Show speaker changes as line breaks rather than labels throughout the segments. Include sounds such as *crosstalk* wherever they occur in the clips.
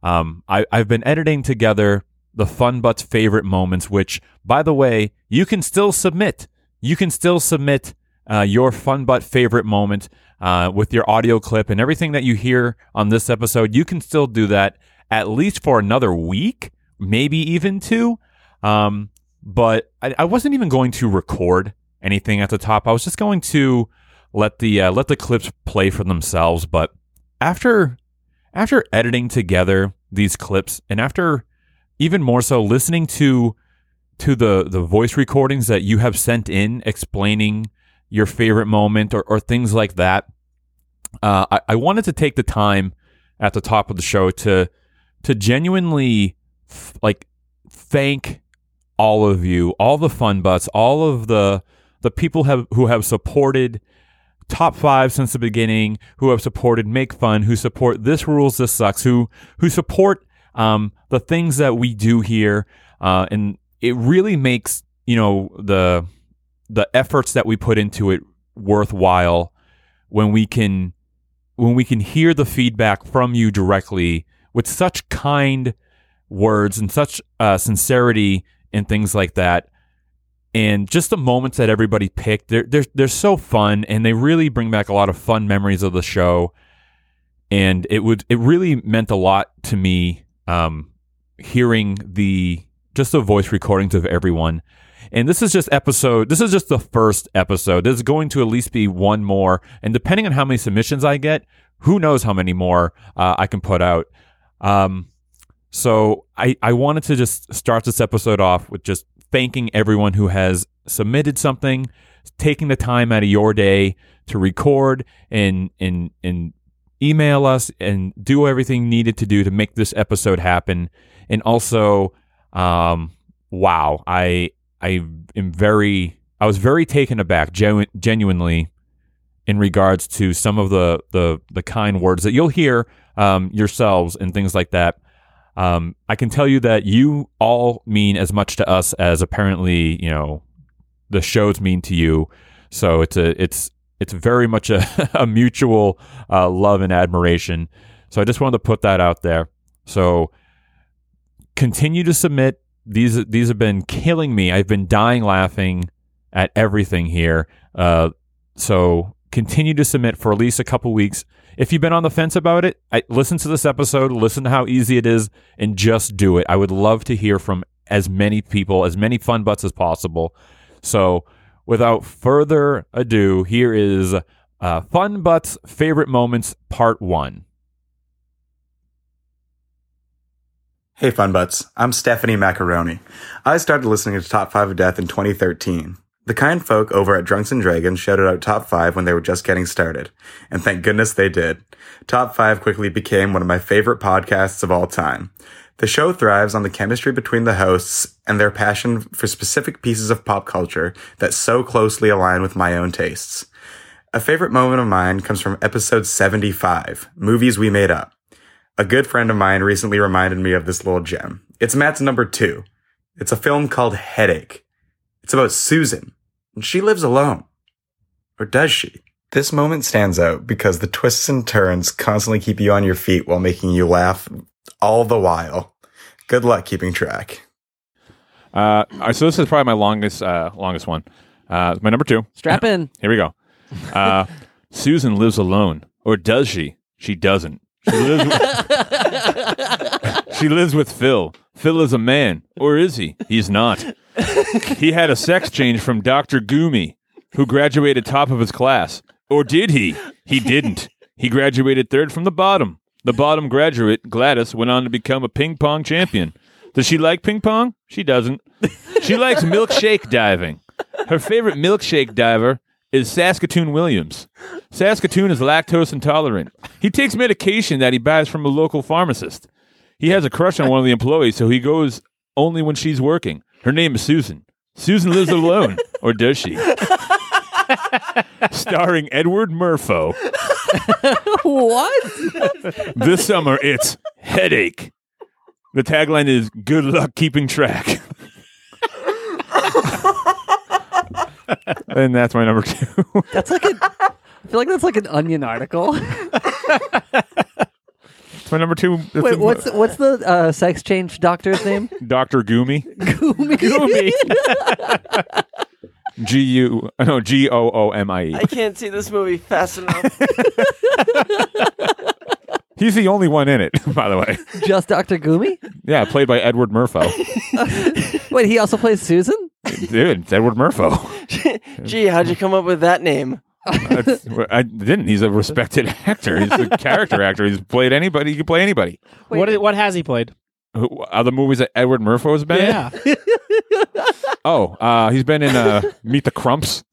um, I, I've been editing together the Fun Butts favorite moments, which, by the way, you can still submit. You can still submit uh, your Fun Butt favorite moment uh, with your audio clip and everything that you hear on this episode. You can still do that at least for another week, maybe even two. Um, but I, I wasn't even going to record anything at the top. I was just going to let the uh, let the clips play for themselves. But after after editing together these clips and after even more so listening to to the the voice recordings that you have sent in explaining your favorite moment or, or things like that uh, I, I wanted to take the time at the top of the show to to genuinely f- like thank all of you all the fun butts all of the the people have who have supported top five since the beginning, who have supported Make Fun, who support This Rules, This Sucks, who who support um, the things that we do here, uh, and it really makes you know the the efforts that we put into it worthwhile when we can when we can hear the feedback from you directly with such kind words and such uh, sincerity and things like that and just the moments that everybody picked they're, they're, they're so fun and they really bring back a lot of fun memories of the show and it would it really meant a lot to me um, hearing the just the voice recordings of everyone and this is just episode this is just the first episode there's going to at least be one more and depending on how many submissions i get who knows how many more uh, i can put out um, so I, I wanted to just start this episode off with just thanking everyone who has submitted something, taking the time out of your day to record and and and email us and do everything needed to do to make this episode happen. And also, um, wow, I I am very I was very taken aback, genu- genuinely in regards to some of the the, the kind words that you'll hear um, yourselves and things like that. Um, I can tell you that you all mean as much to us as apparently you know the shows mean to you. So it's a it's it's very much a, *laughs* a mutual uh, love and admiration. So I just wanted to put that out there. So continue to submit. These these have been killing me. I've been dying laughing at everything here. Uh, so continue to submit for at least a couple weeks. If you've been on the fence about it, I, listen to this episode, listen to how easy it is, and just do it. I would love to hear from as many people, as many fun butts as possible. So, without further ado, here is uh, Fun Butts Favorite Moments Part 1.
Hey, Fun Butts. I'm Stephanie Macaroni. I started listening to Top 5 of Death in 2013. The kind folk over at Drunks and Dragons shouted out Top 5 when they were just getting started. And thank goodness they did. Top 5 quickly became one of my favorite podcasts of all time. The show thrives on the chemistry between the hosts and their passion for specific pieces of pop culture that so closely align with my own tastes. A favorite moment of mine comes from episode 75, Movies We Made Up. A good friend of mine recently reminded me of this little gem. It's Matt's number two. It's a film called Headache. It's about Susan, and she lives alone. Or does she? This moment stands out because the twists and turns constantly keep you on your feet while making you laugh all the while. Good luck keeping track.
Uh, all right, so this is probably my longest uh, longest one. Uh, my number two.
Strap in.
*laughs* Here we go. Uh,
*laughs*
Susan lives alone, or does she? She doesn't. She lives. She lives with *laughs* Phil. Phil is a man, or is he? He's not. He had a sex change from Dr. Gumi, who graduated top of his class. Or did he? He didn't. He graduated third from the bottom. The bottom graduate, Gladys, went on to become a ping pong champion. Does she like ping pong? She doesn't. She likes milkshake diving. Her favorite milkshake diver is Saskatoon Williams. Saskatoon is lactose intolerant. He takes medication that he buys from a local pharmacist. He has a crush on one of the employees, so he goes only when she's working. Her name is Susan. Susan lives alone, or does she? Starring Edward Murpho.
*laughs*
what?
This summer, it's Headache. The tagline is Good luck keeping track. and that's my number two.
*laughs* That's like a. I feel like that's like an onion
*laughs*
article.
That's my number two. That's
Wait,
in-
what's what's the uh, sex change doctor's
*laughs*
name?
Dr. Gumi?
*laughs* Gumi.
G U no G O O M I E.
I can't see this movie fast *laughs* enough.
He's the only one in it, by the way.
Just Dr. Gumi?
Yeah, played by Edward Murpho.
Wait, he also plays Susan?
Dude, it's Edward Murpho.
*laughs* Gee, how'd you come up with that name?
That's- I didn't. He's a respected actor. He's a character actor. He's played anybody. He can play anybody.
What i- what has he played?
Who- Other movies that Edward Murpho has been in?
Yeah.
*laughs* Oh, uh, he's been in uh, Meet the Crumps.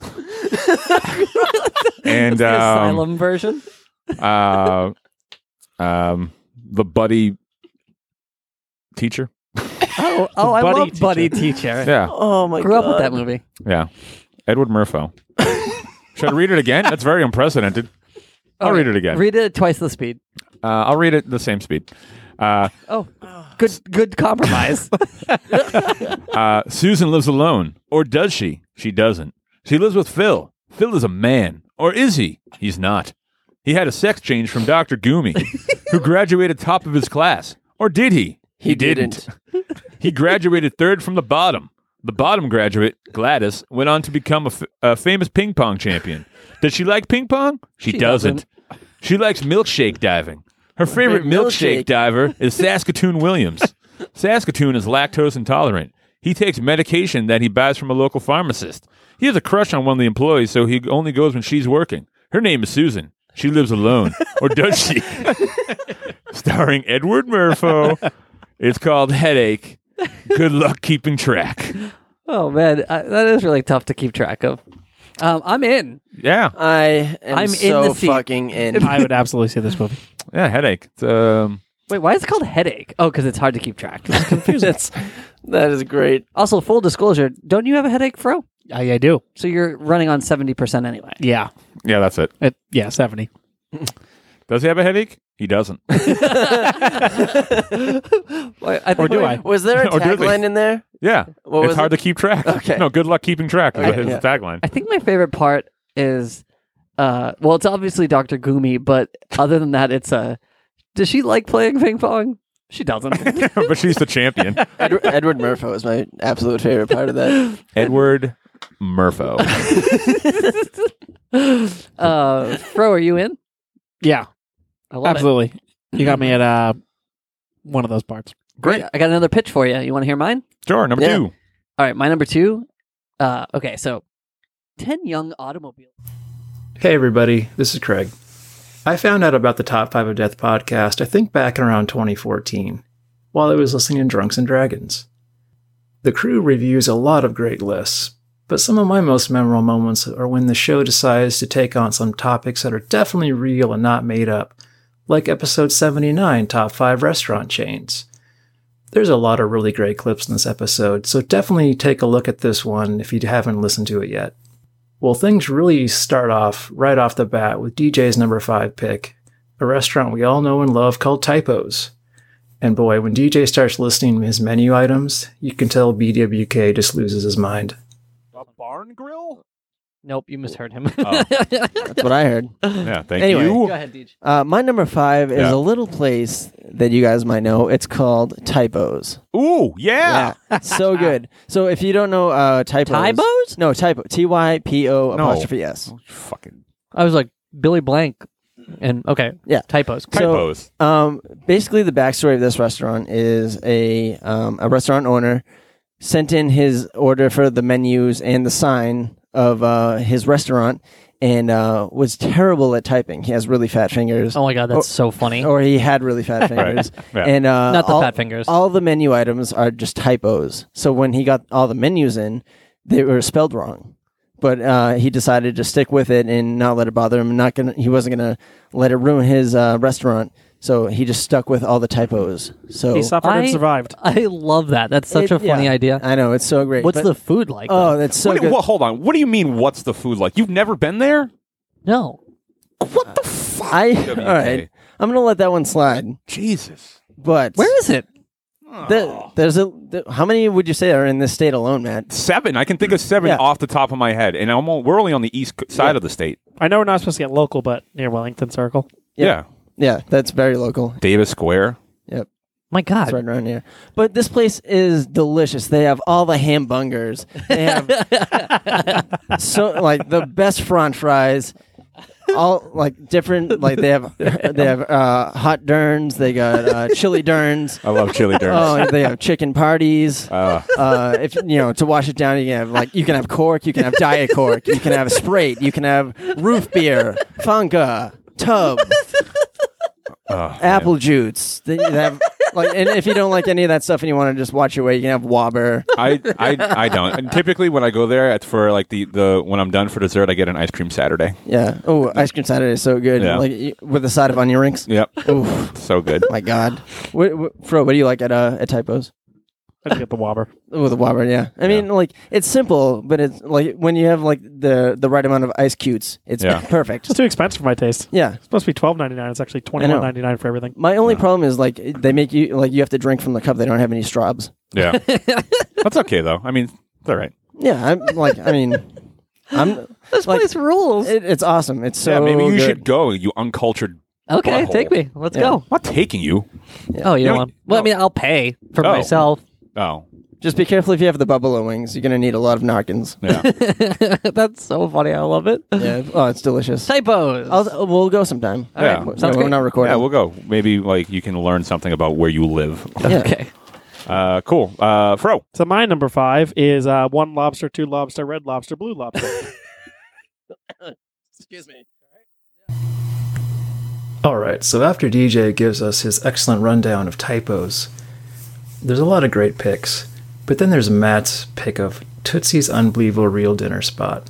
and
The
um,
asylum version?
uh, um, the buddy teacher.
Oh, oh I
buddy
love
teacher.
Buddy
*laughs*
Teacher.
Yeah.
Oh my
Grew
god.
up with that movie.
Yeah. Edward Murpho. Should I read it again? That's very unprecedented. I'll
Okay,
read it again.
Read it at twice the speed.
uh, I'll read it the same speed. Uh,
Oh, good good
*laughs*
compromise.
uh, Susan lives alone, or does she? She doesn't. She lives with Phil. Phil is a man, or is he? He's not. He had a sex change from Dr. Gumi, who graduated top of his class, or did he?
He
*laughs* he graduated third from the bottom. The bottom graduate, Gladys, went on to become a, f- a famous ping pong champion. Does she like ping pong? She,
She
doesn't. She likes milkshake diving. Her favorite milkshake
milkshake.
diver is Saskatoon Williams. Saskatoon is lactose intolerant. He takes medication that he buys from a local pharmacist. He has a crush on one of the employees, so he only goes when she's working. Her name is Susan. She lives alone, or does she? Starring Edward Murpho. It's called Headache. Good luck keeping track.
oh man, I, that is really tough to keep track of. Um, I'm in.
Yeah,
I am
I'm in
so
the seat.
fucking in.
I would absolutely see this movie.
yeah, headache. It's, um,
Wait, why is it called headache? Oh, because it's hard to keep track.
*laughs*
That's, that is great.
also, full disclosure: don't you have a headache, Fro?
I, I do.
So you're running on seventy percent anyway.
Yeah.
yeah, that's it.
It, yeah, 70.
*laughs* Does he have a headache?
*laughs*
He doesn't.
I, I think
Or do
we-
I?
Was there a
*laughs* Or do they?
tagline in there?
Yeah,
What
it's
was
hard
it?
to keep track.
Okay.
no, good luck keeping track. Is
Okay.
his
Yeah.
tagline.
I think my favorite part is, uh, well, it's obviously Doctor Gumi, but other than that, it's Uh, does she like playing ping pong? She doesn't.
*laughs* but she's the champion.
Edward, Edward Murphy is my absolute favorite part of that.
*laughs* Edward
*laughs*
Murpho.
*laughs* uh, Fro, are you in?
Yeah,
I love it. Mm-hmm.
absolutely. You got me at uh, one of those parts.
Great.
I got another pitch for you. You want to hear mine?
Sure, number
Yeah.
two.
All right, my number two. Uh, okay, so ten young automobiles.
Hey, everybody, this is Craig. I found out about the Top 5 of Death podcast, I think back in around 2014, while I was listening to Drunks and Dragons. The crew reviews a lot of great lists, but some of my most memorable moments are when the show decides to take on some topics that are definitely real and not made up, like episode 79 Top 5 Restaurant Chains. There's a lot of really great clips in this episode, so definitely take a look at this one if you haven't listened to it yet. Well, things really start off right off the bat with DJ's number five pick, a restaurant we all know and love called Typos. And boy, when DJ starts listing his menu items, you can tell BWK just loses his mind.
A barn grill?
Nope, you misheard him. *laughs*
Oh.
That's what I heard.
Yeah, thank
Anyway.
you.
Go ahead, Deej.
Uh, my number five is
Yeah.
a little place that you guys might know. It's called Typos.
Ooh, yeah.
Yeah,
*laughs*
so good. So if you don't know uh, Typos,
Typos?
no Typo, T Y P O apostrophe S.
Fucking
I was like Billy Blank. And okay,
Yeah.
typos.
So-
Typos.
Um, basically, the backstory of this restaurant is a um, a restaurant owner sent in his order for the menus and the sign of uh, his restaurant, and uh, was terrible at typing. He has really fat fingers,
oh my god, that's so funny.
or he had
*laughs*
really fat fingers,
Yeah.
and uh,
Not the
all,
fat fingers.
All the menu items are just typos. So when he got all the menus in, they were spelled wrong. But uh, he decided to stick with it and not let it bother him. Not gonna, he wasn't gonna let it ruin his uh, restaurant. So he just stuck with all the typos. So
He suffered
I-
and survived.
I love that. That's such
It-
a funny
yeah.
idea.
I know it's so great.
What's
but-
the food like?
oh, that's so
What do-
good.
well, hold on. What do you mean? What's the food like? You've never been there?
though? no.
What the fuck?
Uh, I
WK.
all right. I'm gonna let that one slide.
Jesus.
But
Where is it?
the, there's a the, how many would you say are in this state alone, Matt?
Seven. I can think of seven
Yeah.
off the top of my head, and I'm all, we're only on the east co- side of the state.
I know we're not supposed to get local, but near Wellington Circle.
Yeah.
Yeah.
Yeah, that's very local.
Davis Square.
Yep.
My God.
It's right around here. But this place is delicious. They have all the hamburgers. They have
*laughs*
so like the best French fries. All like different like they have they have uh, hot derns. They got uh, chili derns.
I love
*laughs*
chili
Oh,
durns.
and they have chicken
*laughs*
parties.
Uh,
Uh, if you know to wash it down, you can have like you can have cork, you can have diet cork, you can have Sprite, you can have roof beer, Funka, Tub
oh,
apple juice. They they have like, and if you don't like any of that stuff and you want to just watch your way, you can have Whopper.
I, I I don't. And typically, when I go there it's for like the, the when I'm done for dessert, I get an ice cream Saturday.
Yeah. Oh, ice cream Saturday is so good.
Yeah.
Like you- with a side of onion rings.
Yep.
Oof.
So good.
My God. What, what, Fro, what do you like at uh, at typos?
I just get the Whopper.
Oh, the Whopper. Yeah. I mean, like it's simple, but it's like when you have like the the right amount of ice cutes, it's
Yeah.
perfect.
It's too expensive for my taste. It's
Yeah.
supposed to be twelve ninety nine. It's actually twenty one ninety nine for everything.
My only problem is like they make you like you have to drink from the cup. They don't have any straws.
*laughs*
Yeah. That's okay though. I mean, it's all right.
*laughs* Yeah. I'm like I mean, I'm.
*laughs* This
Like-
place rules.
It, it's awesome. It's so.
yeah. Maybe you
good.
should go. You uncultured.
okay,
butthole.
take me. Let's
Yeah.
go.
I'm not taking you.
Oh, you don't
You know-
want? Well, I
no.
mean, I'll pay for
Oh.
myself.
Oh.
Just be careful if you have the buffalo wings. You're gonna need a lot of Narkins. *laughs*
Yeah.
*laughs* That's so funny. I love it.
Yeah. Oh, it's delicious.
Typos.
I'll, we'll go sometime.
All right.
We're-
Sounds
no, we're
great.
not recording.
Yeah, we'll go. Maybe like you can learn something about where you live. *laughs*
Yeah.
okay.
Uh, cool. Uh, Fro.
So my number five is uh, one lobster, two lobster, red lobster, blue lobster. *laughs*
*laughs*
Excuse me.
All right, so after DJ gives us his excellent rundown of typos, there's a lot of great picks, but then there's Matt's pick of Tootsie's Unbelievable Real Dinner Spot.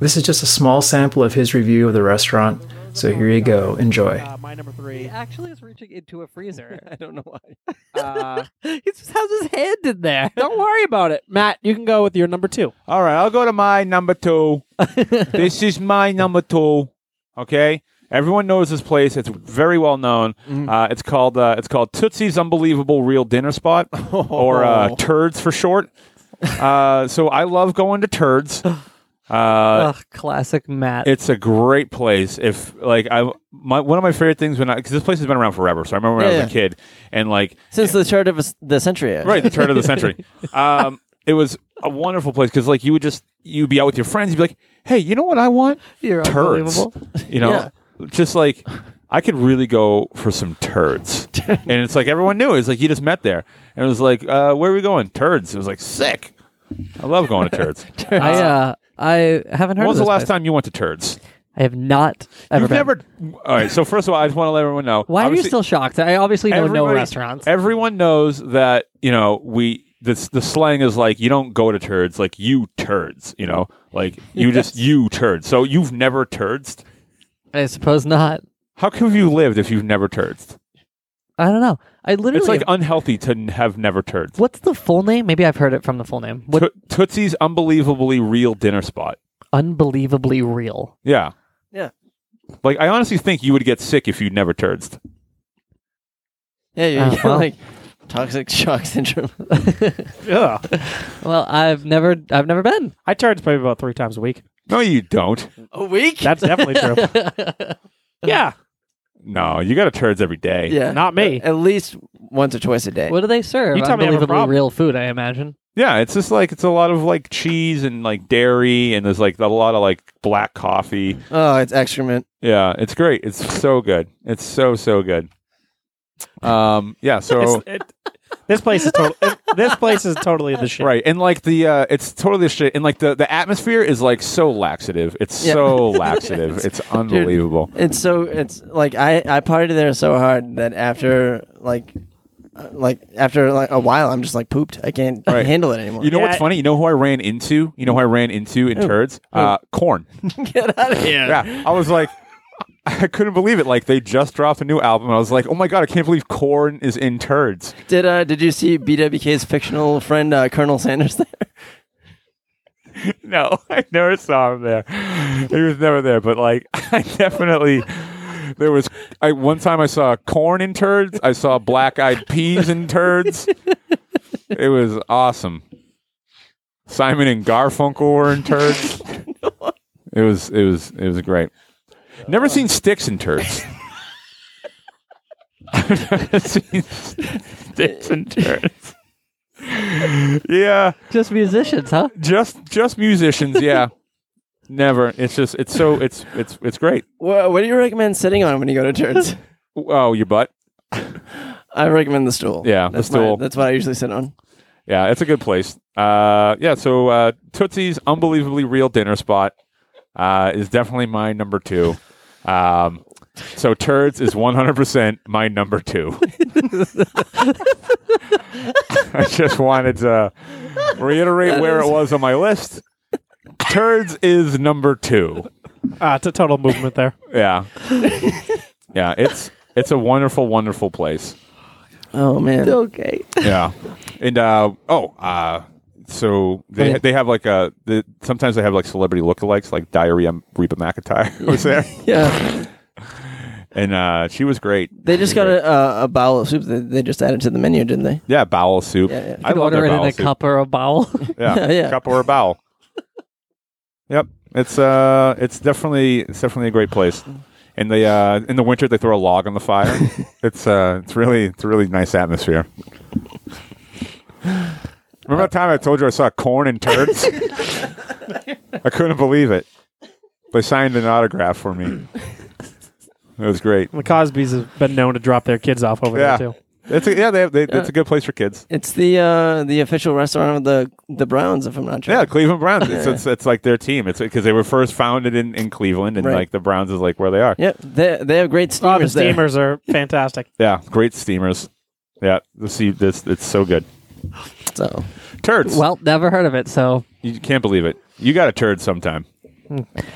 This is just a small sample of his review of the restaurant, so here you go. Enjoy.
uh, my number
He
three.
actually is reaching into
*laughs*
a freezer.
I don't know why.
*laughs*
Uh,
he just has his hand in there.
Don't worry about it, Matt. You can go with your number two.
All right, I'll go to my number two. this is my number two. Okay, everyone knows this place. It's very well known.
Mm-hmm.
Uh, it's called uh, it's called Tootsie's Unbelievable Real Dinner Spot,
*laughs*
or uh, Turds for short. Uh, so I love going to Turds. Uh,
Ugh, classic Matt.
it's a great place. If like I, my, one of my favorite things when I because this place has been around forever. So I remember when I
Yeah,
was a kid and like
Since the turn of the century. actually.
right the turn of
*laughs*
the century um, it was a wonderful place because like you would just you'd be out with your friends you'd be like hey you know what i want
*laughs* You're unbelievable.
turds you know just like i could really go for some *laughs* turds and it's like everyone knew it's like you just met there and it was like uh, where are we going turds it was like sick i love going to *laughs* turds
I uh, I haven't heard.
when
of
was the
this
last
place.
time you went to turds
I have not ever.
you've
been.
never all right so first of all i just want to let everyone know
Why are you
obviously-
still shocked? I obviously know no
Everybody-
restaurants.
Everyone knows that you know we this the slang is like you don't go to turds, like you turds, you know, like
*laughs*
you just you turds. So you've never turds.
I suppose not.
How could you lived if you've never turds?
I don't know. I literally.
It's like unhealthy to n- have never turds.
what's the full name? Maybe I've heard it from the full name. What
To- Tootsie's unbelievably real dinner spot.
unbelievably real.
Yeah.
Yeah.
Like I honestly think you would get sick if you never turds.
Yeah,
*laughs*
you
Oh,
you're
wow.
like toxic shock
*laughs*
syndrome.
Yeah,
Well, I've never, I've never been.
I charge maybe about three times a week.
No, you don't.
A week?
That's definitely true.
*laughs*
yeah,
No, you got to turds every day.
yeah.
not me.
At least once or twice a day.
Eh,
What do they serve?
You tell me I have a
Unbelievably
problem.
real food, I imagine.
Yeah, it's just like it's a lot of like cheese and like dairy, and there's like a lot of like black coffee.
Oh, it's excrement.
Yeah, it's great. It's so good. It's so so good. Um, yeah. So
It's- it- this place is total. it- this place is totally the shit.
right, and like the uh, it's totally shit, and like the the atmosphere is like so laxative. It's
Yeah.
so
*laughs*
laxative. It's unbelievable.
It's so it's like I I partied there so hard that after like uh, like after like a while I'm just like pooped. I can't
Right.
handle it anymore.
You know
Yeah.
what's funny? You know who I ran into? You know who I ran into in turds? Uh, corn.
Yeah.
yeah, I was like, *laughs* I couldn't believe it. Like they just dropped a new album, and I was like, oh my god, I can't believe corn is in turds.
did uh did you see BWK's fictional friend uh, Colonel Sanders there?
No, *laughs* I never saw him there. He was never there, but like *laughs* I definitely there was I one time I saw corn in turds, I saw black eyed peas in turds. It was awesome. Simon and Garfunkel were in
*laughs*
turds. It was it was it was great. Never seen sticks in turds. *laughs* I've never seen sticks in turds. Yeah
Just musicians, huh?
just just musicians yeah never it's just it's so it's it's it's great
What, what do you recommend sitting on when you go to turns?
*laughs* oh your butt
I recommend the stool.
Yeah, the
that's my-
stool.
that's what I usually sit on.
yeah it's a good place uh yeah so uh tootsie's unbelievably real dinner spot uh is definitely my number two um so turds is 100% my number two *laughs* i just wanted to reiterate where it was on my list turds is number two
*laughs* Ah, it's a total movement there.
Yeah. yeah, it's it's a wonderful, wonderful place.
*laughs* Oh man.
*laughs*
Okay.
Yeah. And uh oh, uh so they
Okay.
they have like a the, sometimes they have like celebrity lookalikes like Diarrhea Reba McIntyre *laughs* was there.
*laughs* Yeah.
and uh she was great.
They just got a, uh, a bowl of soup that they just added to the menu, didn't they?
Yeah, bowel soup.
Yeah, yeah.
I love
order
their
it in
bowel
a
soup.
cup or a bowl.
*laughs* Yeah,
*laughs*
Yeah, yeah.
cup or a *laughs* bowel. yep, it's uh, it's definitely it's definitely a great place. And they uh, in the winter they throw a log on the *laughs* fire. it's uh, it's really it's really nice atmosphere. Remember that time I told you I saw corn and *laughs* turds? I couldn't believe it. They signed an autograph for me. It was great.
The Cosby's have been known to drop their kids off over
Yeah,
there too.
it's a, yeah, they, have- they, it's a good place for kids.
It's the uh, the official restaurant of the the Browns, if I'm not sure.
*laughs* Yeah, Cleveland Browns. It's, it's, it's like their team. It's because they were first founded in, in Cleveland, and
Right.
like the Browns is like where they are.
Yep. They they have great
Oh, the
steamers there.
steamers
*laughs*
are fantastic.
Yeah, great steamers. Yeah, the sea. This it's so good.
So
Turds.
well, never heard of it, so
you can't believe it. You got a turd sometime.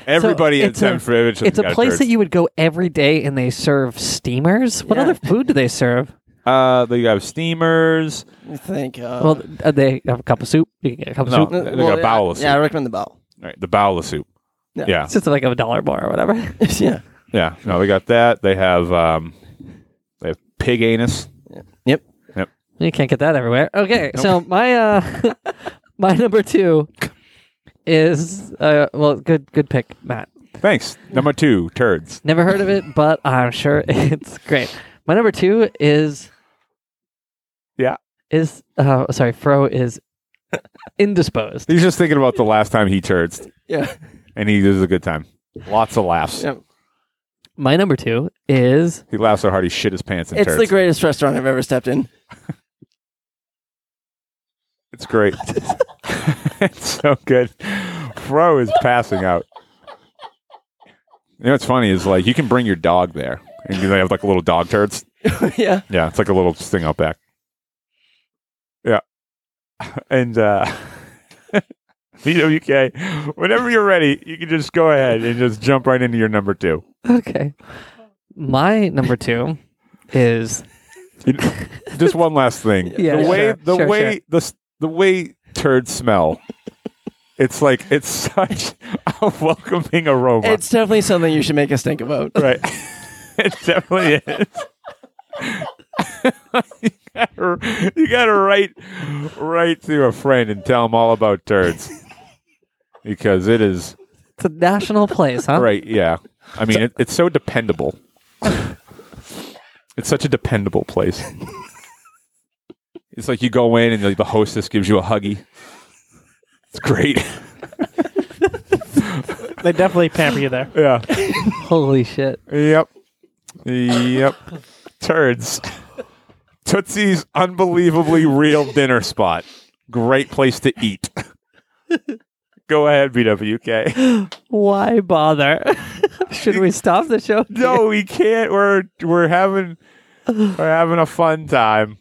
Everybody
Hmm. So
in
it's
San
a-
Francisco.
It's a place that you would go every day and they serve steamers. What
Yeah.
other food do they serve?
Uh, they have steamers.
I think. Uh,
well, th- they have a cup of soup. You can get a cup of
No.
soup.
they got
yeah,
bowl of
Yeah, I recommend the bowl.
Right, the bowl of soup.
Yeah.
yeah,
It's just like a dollar more or whatever.
*laughs* yeah.
yeah. No, they got that. They have um, they have pig anus.
Yep.
You can't get that everywhere. Okay, so my uh, *laughs* my number two is uh, well, good good pick, Matt.
Thanks. Number two, turds.
Never heard of it, but I'm sure *laughs* it's great. My number two is
Yeah.
is uh, sorry, Fro is indisposed.
He's just thinking about the last time he turds,
Yeah.
and he this is a good time. Lots of laughs.
Yeah.
My number two is
He laughs so hard he shit his pants and
It's
turds.
the greatest restaurant I've ever stepped in.
*laughs*
It's great. *laughs* it's so good. Fro is passing out. You know what's funny is like you can bring your dog there, and they have like little dog turds.
*laughs* yeah.
Yeah, it's like a little thing out back. Yeah,
*laughs*
and uh, *laughs* VWK. Whenever you're ready, you can just go ahead and just jump right into your number two.
okay. My number two is
You- just one last thing.
*laughs* Yeah,
the way
sure,
the
sure,
way
sure.
the s- the way turds smell. It's like it's such a welcoming aroma.
It's definitely something you should make us think about. *laughs*
*laughs* right. it definitely is. you, gotta, you gotta write write to a friend and tell them all about turds. Because it is
it's a national place, huh?
right, yeah. I mean, it, it's so dependable. it's such a dependable place. It's like you go in and like, the hostess gives you a huggy. It's great.
They definitely pamper you there.
Yeah.
Holy shit.
Yep. Yep. Turds. Tootsie's unbelievably real dinner spot. Great place to
*laughs*
eat. Go ahead, BWK.
Why bother? *laughs* Should we stop the show?
*laughs* No, we can't. We're we're having we're having a fun time.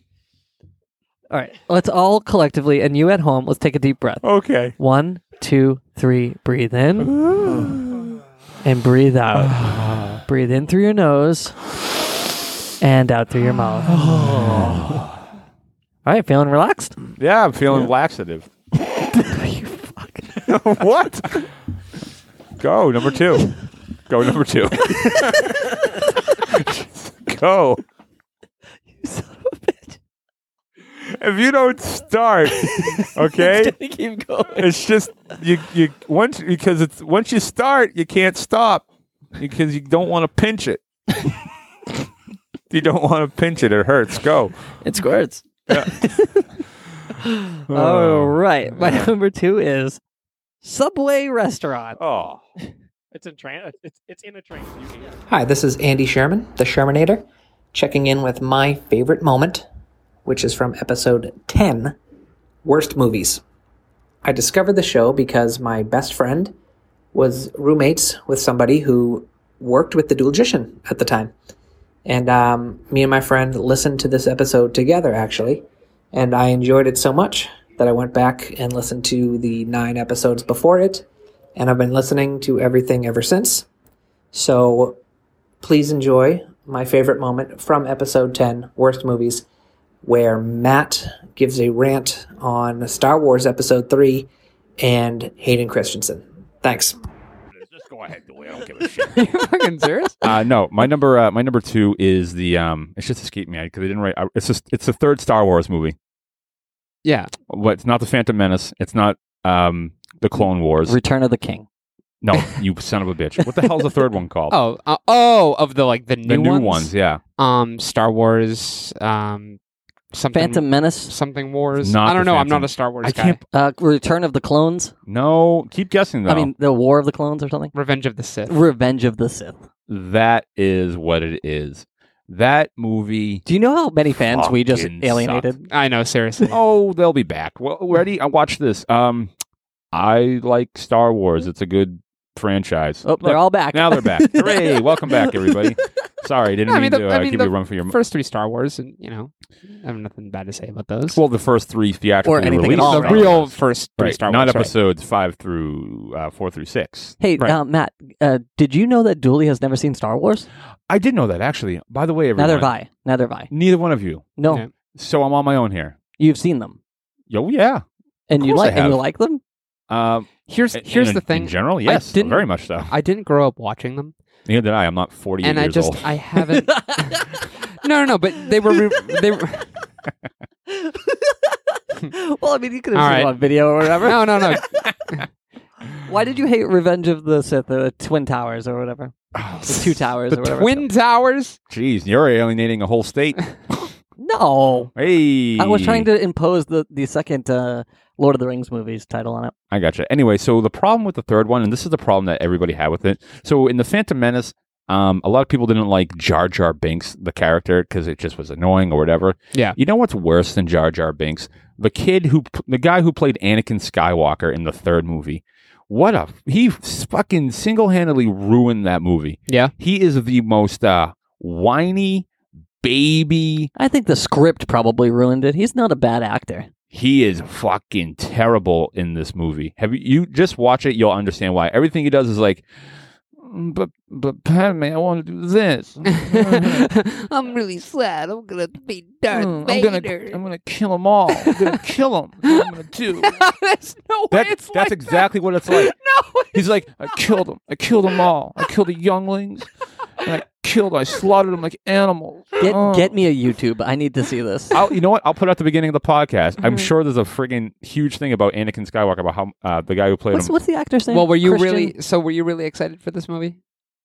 All right. Let's all collectively, and you at home, let's take a deep breath.
Okay.
One, two, three. Breathe in
*sighs*
and breathe out. breathe in through your nose and out through your
*sighs*
mouth. All right, feeling relaxed? *laughs*
Yeah, I'm feeling laxative. what? Go number two. Go number two. *laughs* Go. If you don't start, okay,
Keep going.
it's just you. You once because it's once you start, you can't stop because you don't want to pinch it. *laughs* you don't want to pinch it. It hurts. Go.
It squirts.
All right. My
*laughs*
number two is Subway Restaurant. *laughs*
Oh.
It's in train. It's, it's in a train. So you can
Hi, this is Andy Sherman, the Shermanator, checking in with my favorite moment, which is from episode 10 Worst Movies. I discovered the show because my best friend was roommates with somebody who worked with the Duelogician at the time. And um, me and my friend listened to this episode together, actually, and I enjoyed it so much that I went back and listened to the nine episodes before it, and I've been listening to everything ever since. So please enjoy my favorite moment from episode 10 worst movies where matt gives a rant on star wars episode 3 and hayden christensen thanks
Just go ahead, Doyle. I
*laughs*
don't give a shit.
fucking
*laughs*
serious?
uh, no, my number uh, my number two is the um. It's just escaped me because I didn't write. I, it's just it's the third Star Wars movie.
Yeah.
What? It's not the Phantom Menace. It's not um the Clone Wars.
Return of the King.
no, you son of a bitch. What the hell's the third
*laughs*
one called?
Oh, uh, oh, of the like the new
the new
ones.
ones. yeah.
Um, Star Wars. Um, something.
Phantom Menace.
Something Wars.
Not
I don't
the
know. I'm
Phantom.
not a Star Wars
I
guy.
can't.
Uh, Return of the Clones.
No, keep guessing though.
I mean, the War of the Clones or something.
Revenge of the Sith.
Revenge of the Sith.
that is what it is. That movie.
Do you know how many fans we just
Fucking
alienated?
I know. Seriously.
Oh, they'll be back. Well, ready? I watch this. Um, I like Star Wars. It's a good franchise.
Oh, they're
Look,
all back.
Now
*laughs*
they're back. Hooray! Welcome back, everybody. Sorry, didn't
I
mean,
mean,
to
the- I
uh,
mean,
give
the
you a run for your.
First three Star Wars, and you know, I have nothing bad to say about those.
well, the first three theatrical
Or anything at
release,
all,
the
Star
real first three
right?
Star Wars.
not
right.
episodes five through uh, four through six.
Hey,
Right.
uh, Matt, uh, did you know that Dooley has never seen Star Wars?
I did know that actually. By the way, everyone,
Neither have I. Neither have I.
Neither one of you.
No,
Yeah.
So I'm on my own here.
you've seen them,
Yo, yeah.
and you
course I
like and you
have.
like them.
Um,
Here's
in-
here's
in-
the
In
thing.
general, yes,
didn't-
very much so.
I didn't grow up watching them,
Neither did I. I'm not 40
and I
years
just
old. *laughs*
I haven't. no, no, no. But they were re- they. Were,
*laughs* well, I mean, you could have
All
seen it
right.
on video or whatever.
no, no, no.
*laughs*
*laughs*
Why did you hate Revenge of the Sith, the Twin Towers or whatever, the Two Towers
Oh, The
or whatever? *laughs*
Twin Towers.
Jeez, you're alienating a whole state.
No,
Hey,
Oh. I was trying to impose the the second uh, Lord of the Rings movies title on it.
I gotcha. Anyway, so the problem with the third one, and this is the problem that everybody had with it. So in the Phantom Menace, um, a lot of people didn't like Jar Jar Binks, the character, because it just was annoying or whatever.
Yeah.
You know what's worse than Jar Jar Binks? The kid who, p- the guy who played Anakin Skywalker in the third movie. What a he fucking single handedly ruined that movie.
Yeah.
He is the most uh, whiny baby.
I think the script probably ruined it. He's not a bad
*laughs*
actor.
he is fucking terrible in this movie. Have you, you just watch it? You'll understand why. Everything he does is like, "Mm, but but Padme, I want to do
*laughs*
this.
I'm really sad. I'm gonna be Darth
Mm, I'm
Vader.
gonna I'm gonna kill them all. I'm gonna kill them. I'm gonna do.
*laughs* There's no way
That-
it's
that's
like
exactly what it's
that.
like.
*laughs* No,
He's like, I killed them. I killed them all. I killed the younglings. And I killed. I slaughtered them like animals.
Get
Oh.
get me a YouTube. I need to see this.
I'll, you know what? I'll put it at the beginning of the podcast. I'm
Mm-hmm.
sure there's a friggin' huge thing about Anakin Skywalker about how uh, the guy who played
What's,
him.
what's the actor's name?
well, were you
Christian-
really? So were you really excited for this movie?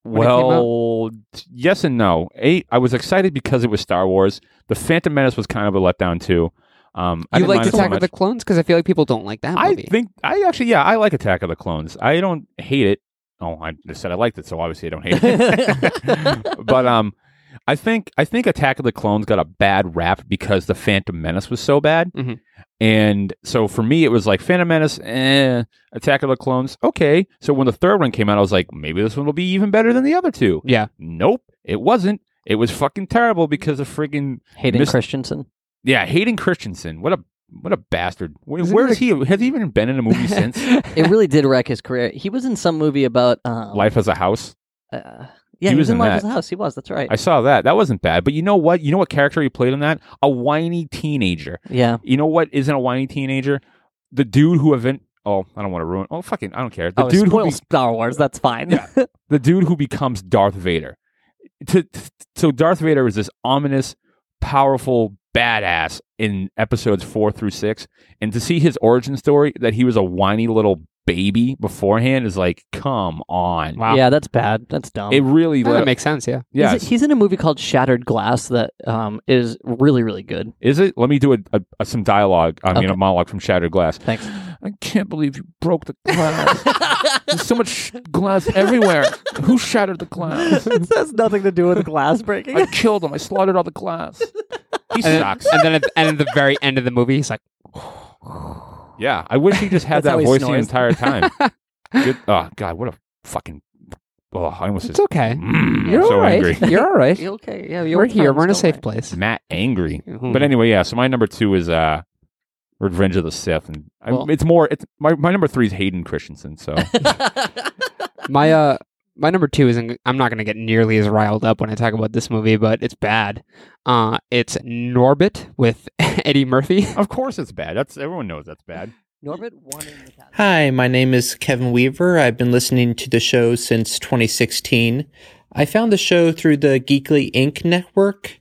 when it came out?
Well, t- yes and no. Eight, I was excited because it was Star Wars. The Phantom Menace was kind of a letdown too. Um, I
You
didn't
like
mind it so
Attack
much.
of the Clones because I feel like people don't like that
I
movie.
think I actually yeah I like Attack of the Clones. I don't hate it. Oh, I just said I liked it, so obviously I don't hate it. but um, I think I think Attack of the Clones got a bad rap because the Phantom Menace was so bad, and so for me it was like Phantom Menace, eh, Attack of the Clones, okay. So when the third one came out, I was like, maybe this one will be even better than the other two.
Yeah.
Nope, it wasn't. It was fucking terrible because of friggin'
Hayden
mis-
Christensen.
Yeah, Hayden Christensen. What a what a bastard. Where,
Isn't
where
he
is he? Has he even been in a *laughs* movie since?
*laughs* it really did wreck his career. He was in some movie about um,
Life as a House.
Uh, yeah, he was in Life as a House. He was. That's right.
I saw that. That wasn't bad. But you know what? You know what character he played in that? A whiny teenager.
Yeah.
You know what isn't a whiny teenager? The dude who event. Oh, I don't want to ruin. Oh, fucking, I don't care. The
oh,
dude
spoil
who be-
Star Wars. That's fine. *laughs*
the dude who becomes Darth Vader. To, to- so Darth Vader is this ominous, powerful badass in episodes four through six, and to see his origin story that he was a whiny little baby beforehand is like, come on,
Yeah, that's bad. That's dumb.
It really
That
let-
makes
sense. Yeah.
yeah.
He's, he's in a movie called Shattered Glass that um, is really, really good.
Is it? Let me do a, a, a- some dialogue. I mean,
Okay.
a monologue from Shattered Glass.
Thanks.
I can't believe you broke the glass. There's so much glass everywhere.
*laughs*
Who shattered the glass?
it has nothing to do with glass breaking.
I killed him. I slaughtered all the glass. He
and
sucks.
Then, and then at the, and at the very end of the movie, he's like,
Yeah, I wish he just had
*laughs* That's how
that
he
voice
snores.
the entire
*laughs*
time. Good- oh God, what a fucking. Oh, I almost.
"It's
said-
okay.
Mm,
you're
I'm so
all right.
angry.
You're all right.
You're okay. Yeah,
we're here. We're in a safe place."
Matt angry.
Mhm.
But anyway, yeah. So my number two is uh, Revenge of the Sith, and I,
Well-
it's more. It's my, my number three is Hayden Christensen. So
*laughs* My uh, my number two is I'm not going to get nearly as riled up when I talk about this movie, but it's bad. Uh, it's Norbit with *laughs* Eddie Murphy.
of course it's bad. That's everyone knows that's bad.
*laughs* Norbit wanted.
Hi, my name is Kevin Weaver. I've been listening to the show since 2016. I found the show through the Geekly Inc. network,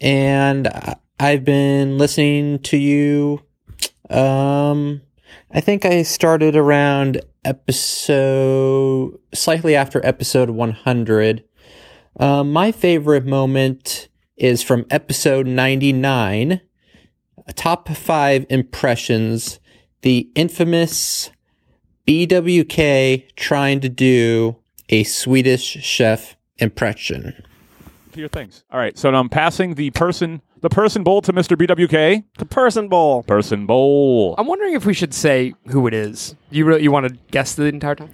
and I- I've been listening to you. Um, I think I started around episode, slightly after episode 100. Um, my favorite moment is from episode 99 top five impressions the infamous BWK trying to do a Swedish chef impression.
Your things. All right. So now I'm passing the person, the person bowl to Mr. BWK. The
person bowl.
Person bowl.
I'm wondering if we should say who it is. You really, you want to guess the entire
*laughs*
time?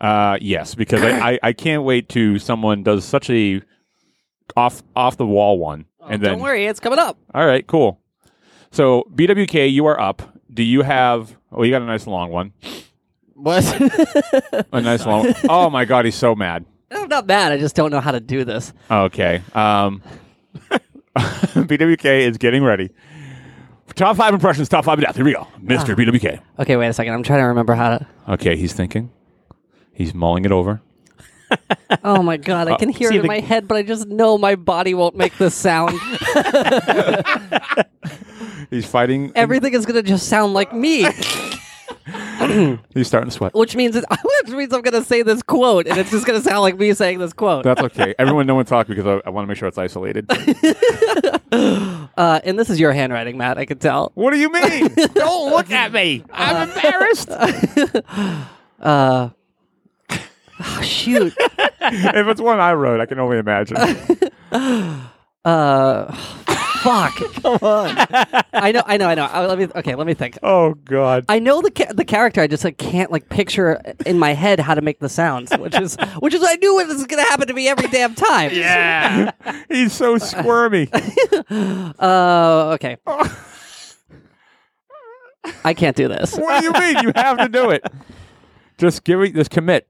Oh.
Uh, yes, because I, I, I can't wait to someone does such a off off the wall one, and then
Oh, Don't worry, it's coming up.
all right, cool. So BWK, you are up. Do you have? Oh, you got a nice long one.
*laughs* What?
A nice
*laughs*
long. Oh my God, he's so mad.
I'm not mad. I just don't know how to do this.
Okay. Um, *laughs* BWK is getting ready. Top five impressions. Top five of death. Here we go, Mr.
Ah.
BWK.
Okay, wait a second. I'm trying to remember how to.
Okay, he's thinking. He's mulling it over.
Oh my god, I
Uh,
can hear
see
it in
the-
my head, but I just know my body won't make this sound.
*laughs* He's fighting.
Everything is gonna just sound like
*laughs*
me,
*clears throat* He's starting to sweat.
which means it, *laughs* which means I'm gonna say this quote, and it's just gonna sound like me saying this quote.
That's okay. Everyone, no one talk because I, I want to make sure it's isolated.
Uh, and this is your handwriting, Matt. I can tell.
What do you
*laughs*
mean? Don't look at me. I'm embarrassed.
*laughs* Uh, oh, shoot.
*laughs* if it's one I wrote, I can only imagine.
*laughs* Uh,
*laughs*
fuck. Come on. I know. I know. I know. I, let me. Okay. Let me think.
Oh God.
I know the ca- the character. I just like, can't like picture in my head how to make the sounds, which
*laughs*
is which is I knew it was gonna happen to me every damn time.
Yeah. He's so squirmy.
*laughs* Uh. Okay. *laughs* I can't do this.
*laughs* what do you mean? You
*laughs*
have to do it. Just give it. Just commit.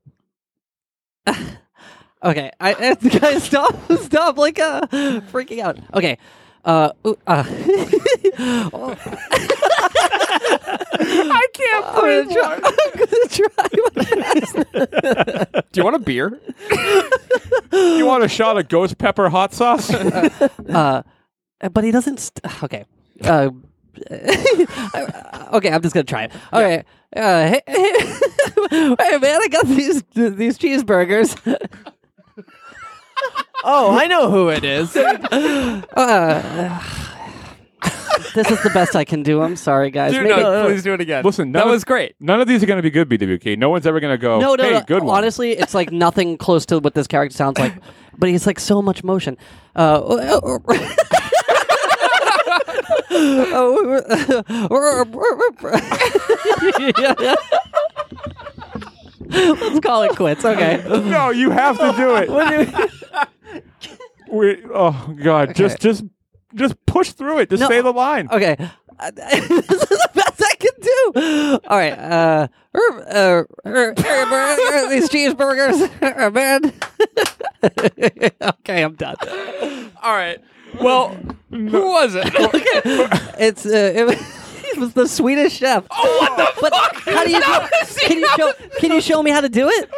Okay, I, *laughs* I guys, stop, stop, like, uh, freaking out. Okay, uh, ooh, uh. *laughs* I *laughs* can't breathe. Try, I'm gonna try. my
Do you want a beer? you want a shot of ghost pepper hot *laughs* sauce?
best. *laughs* uh, but he doesn't. St- okay. Uh, *laughs* okay, I'm just gonna try it. Okay. Uh, hey, *laughs* hey, hey, man, I got these these cheeseburgers. *laughs* *laughs*
Oh, I know who it is.
Uh, *sighs* this is the best I can do. I'm sorry, guys.
Dude,
Maybe-
no, please do it again.
Listen,
that
none of-
was great.
None of these are going to be good, BWK. No one's ever going to go,
no, no,
hey,
no.
good one.
Honestly, it's like
*laughs*
nothing close to what this character sounds like, but he's like so much motion. Uh, Let's call it quits. Okay.
No, you have to do it. We, oh God,
Okay.
just just just push through it. Just
No,
say the line.
Okay. this is the *laughs* best I can do. All right. Uh, er, er, er, er, these cheeseburgers *laughs* are bad. okay, I'm done. *laughs*
All right. Well, who was it?
It's uh, it, was- *laughs* it was the Swedish chef. Oh, what the but fuck? How do you *laughs*
No,
can you show can you show me how to do it?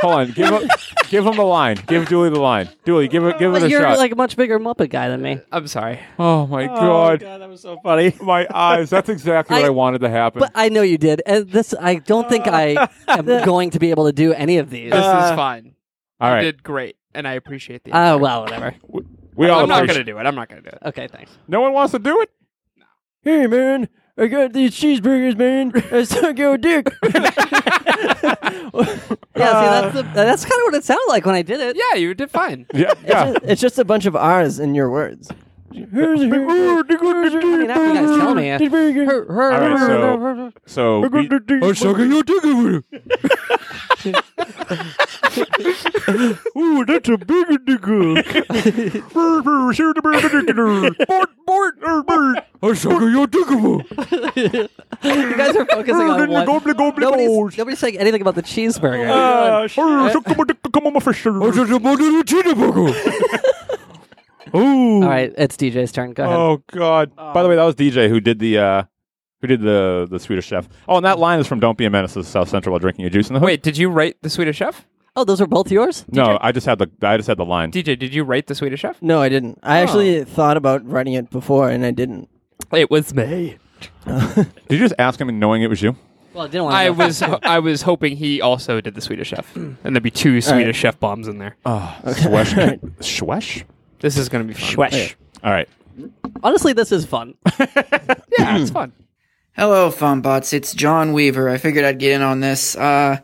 Hold on, give him give him the line. Give Julie the line. Julie, give it give it a
You're
shot.
like a much bigger Muppet guy than me.
I'm sorry.
oh my God. God, that was so funny. *laughs* My eyes. That's exactly what I, wanted to happen.
But I know you did, and this I don't think *laughs* I am going to be able to do any of these.
*laughs* *laughs* This
Uh,
is fine.
All right.
You did great, and I appreciate the.
Oh
effort.
well, whatever.
we all
I'm not gonna
appreciate-
do it. I'm not gonna do it.
Okay, thanks.
no one wants to do it.
Hey, man, I got these cheeseburgers,
*laughs*
man. I suck your
*laughs*
dick.
Yeah, see, that's the, that's kind of what it sounded like when I did it.
Yeah, you did fine.
*laughs*
Yeah, yeah.
It's just a bunch of R's in your words.
I mean, after you guys tell me. uh, her- her-
All right, so
*laughs*
Oh, so we-
Oh,
I'm sucking your dick over you.
*laughs* Ooh, that's a big nigga. Bort, bort, er, bort.
I suck your dick over
you guys are focusing on one. Nobody's, nobody's saying anything about the cheeseburger.
Ooh.
All right, it's DJ's turn. Go ahead.
Oh God! By the way, that was DJ who did the uh, who did the the Swedish Chef. Oh, and that line is from "Don't Be a Menace to South Central while drinking your juice." In the hood.
Wait, did you write the Swedish Chef?
Oh, those are both yours?
no, I just had the I just had the line.
DJ, did you write the Swedish Chef?
No, I didn't.
Oh.
I actually thought about writing it before, and I didn't.
It was me.
Did you just ask him, knowing it was you?
Well, I didn't want to.
I was
*laughs*
I was hoping he also did the Swedish Chef, and there'd be two Swedish Chef bombs in there.
*laughs*
Oh, Swesh, Swesh.
This is gonna be fun.
Swesh. *laughs*
All right.
Honestly, this is fun.
Yeah, it's fun.
Hello, Funbots. It's John Weaver. I figured I'd get in on this. Uh,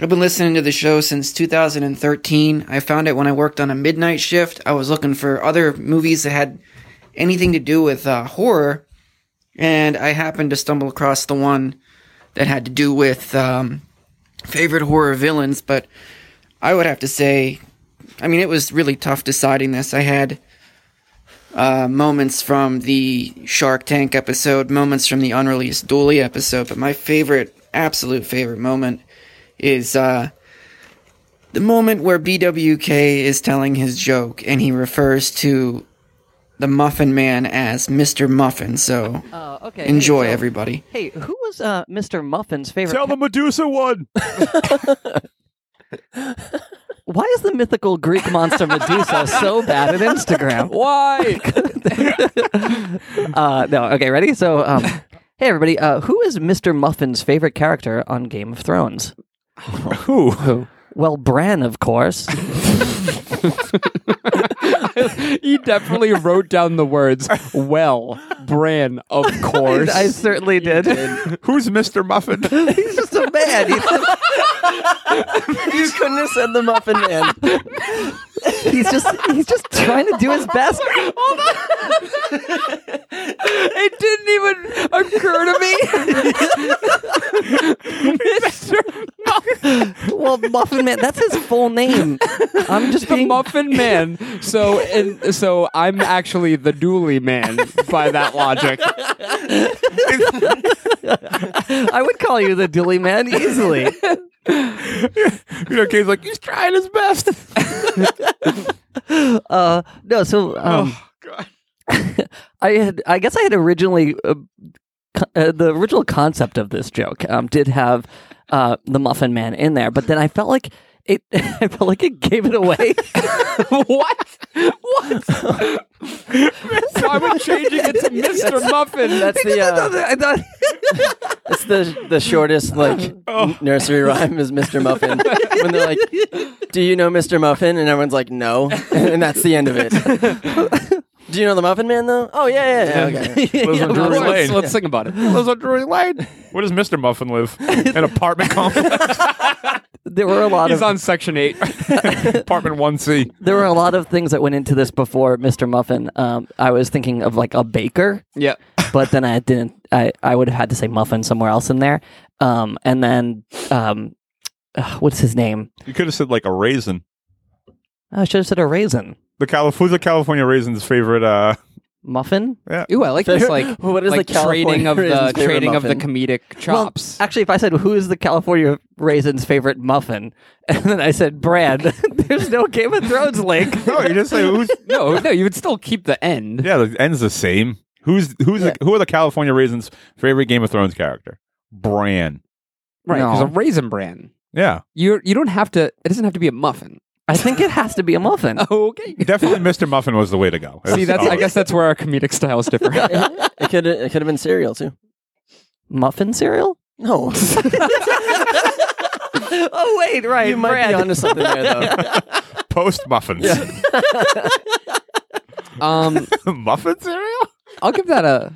I've been listening to the show since 2013. I found it when I worked on a midnight shift. I was looking for other movies that had anything to do with uh, horror, and I happened to stumble across the one that had to do with um, favorite horror villains. But I would have to say, I mean, it was really tough deciding this. I had uh, moments from the Shark Tank episode, moments from the unreleased Dooley episode, but my favorite, absolute favorite moment is uh, the moment where BWK is telling his joke and he refers to the Muffin Man as Mr. Muffin. So
Oh, okay. Hey,
enjoy,
so-
everybody.
Hey, who was uh, Mr. Muffin's favorite?
Tell the Medusa one.
*laughs* Why is the mythical Greek monster Medusa so bad at Instagram? *laughs*
Why?
Uh, no, okay, ready? So, um, hey, everybody, uh, who is Mr. Muffin's favorite character on Game of Thrones?
*laughs* Who?
Well, Bran, of course.
*laughs*
*laughs*
you definitely wrote down the words. Well, Bran, of course.
*laughs* I certainly did. *laughs*
Who's Mr. Muffin?
He's just a man.
*laughs* you couldn't have said the Muffin Man.
He's just *laughs* he's just trying to do his best. *laughs*
It didn't even occur to me.
*laughs*
Mr.
Well, Muffin Man, that's his full *laughs* name. I'm just
*laughs* the
*laughs*
Muffin Man. So, and, so I'm actually the Dooley Man by that
*laughs*
logic.
I would call you the Dilly Man easily.
You know, Kate's like he's trying his best.
*laughs* Uh, no, so
Oh,
um, *laughs* I had I guess I had originally uh, co- uh, the original concept of this joke um, did have uh, the Muffin Man in there, but then I felt like it *laughs* I felt like it gave it away.
what? What?
*laughs*
so I'm changing it
*laughs*
to Mr. Muffin.
That's the uh,
I thought
that's the the shortest like nursery rhyme is Mr. Muffin. when they're *laughs* like, "Do you know Mr. Muffin?" and everyone's like, "No," and that's the end of it. Do you know the Muffin Man though? Oh yeah, yeah, yeah. Okay.
Lives on Drury Lane. Lives on Drury Lane.
Where does Mr.
*laughs*
Muffin live? An apartment complex?
there were a lot
He's
of
on Section Eight.
apartment 1C.
there were a lot of things that went into this before Mr. Muffin. Um, I was thinking of like a baker.
Yeah.
But then I didn't. I, I would have had to say muffin somewhere else in there. Um, and then um, uh, what's his name?
You could have said like a raisin.
I should have said a raisin
The Calif- who's the California raisin's favorite? Uh,
muffin.
Yeah.
Ooh, I like this.
*laughs*
Like
what is
like
the
trading
California
of the
raisin's favorite
trading of the
muffin?
comedic
Well,
chops.
actually, if I said who is the California raisin's favorite muffin, *laughs* and then I said Brad,
*laughs*
there's no Game of Thrones link.
no, you just say who's
no, no. You would still keep the end.
yeah, the end's the same. Who's who's the, who are the California raisins' favorite Game of Thrones character? Bran.
Right,
No.
because a raisin bran.
Yeah,
You you don't have to. It doesn't have to be a muffin.
I think it has to be a muffin.
*laughs* Okay.
definitely Mr. Muffin was the way to go.
See,
It's
that's I
always-
guess that's where our comedic styles differ.
*laughs*
*laughs*
It could it could have been cereal too.
Muffin cereal?
No,
oh wait, right.
you might
Brad.
be onto something there
*laughs*
though.
post muffins.
*laughs*
um,
*laughs* Muffin cereal?
I'll give that a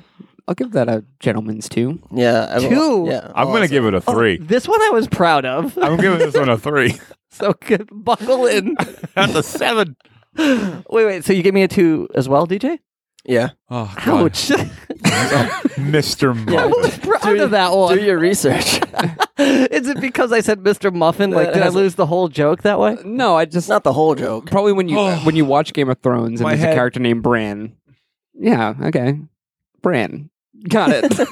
I'll give that a gentleman's two.
Yeah, I will-
Two. Oh,
Yeah,
I'm gonna give it a three.
This one I was proud of.
*laughs* I'm giving this one a three.
*laughs* So good. Buckle in.
*laughs* That's a seven.
*gasps* wait, wait. So you gave me a two as well, DJ?
yeah.
Oh, God. *laughs*
Ouch. *laughs*
Mr.
Yeah.
Muffin.
proud of that
Do
one.
your research.
*laughs* Is it because I said Mr. Muffin? Like,
That
did I
has-
lose the whole joke that way?
Uh, No, I just
Not the whole joke.
probably when you uh,
Oh.
when you watch Game of Thrones and
My
there's
head.
a character named Bran. Yeah. Okay. Bran. *laughs* Got it.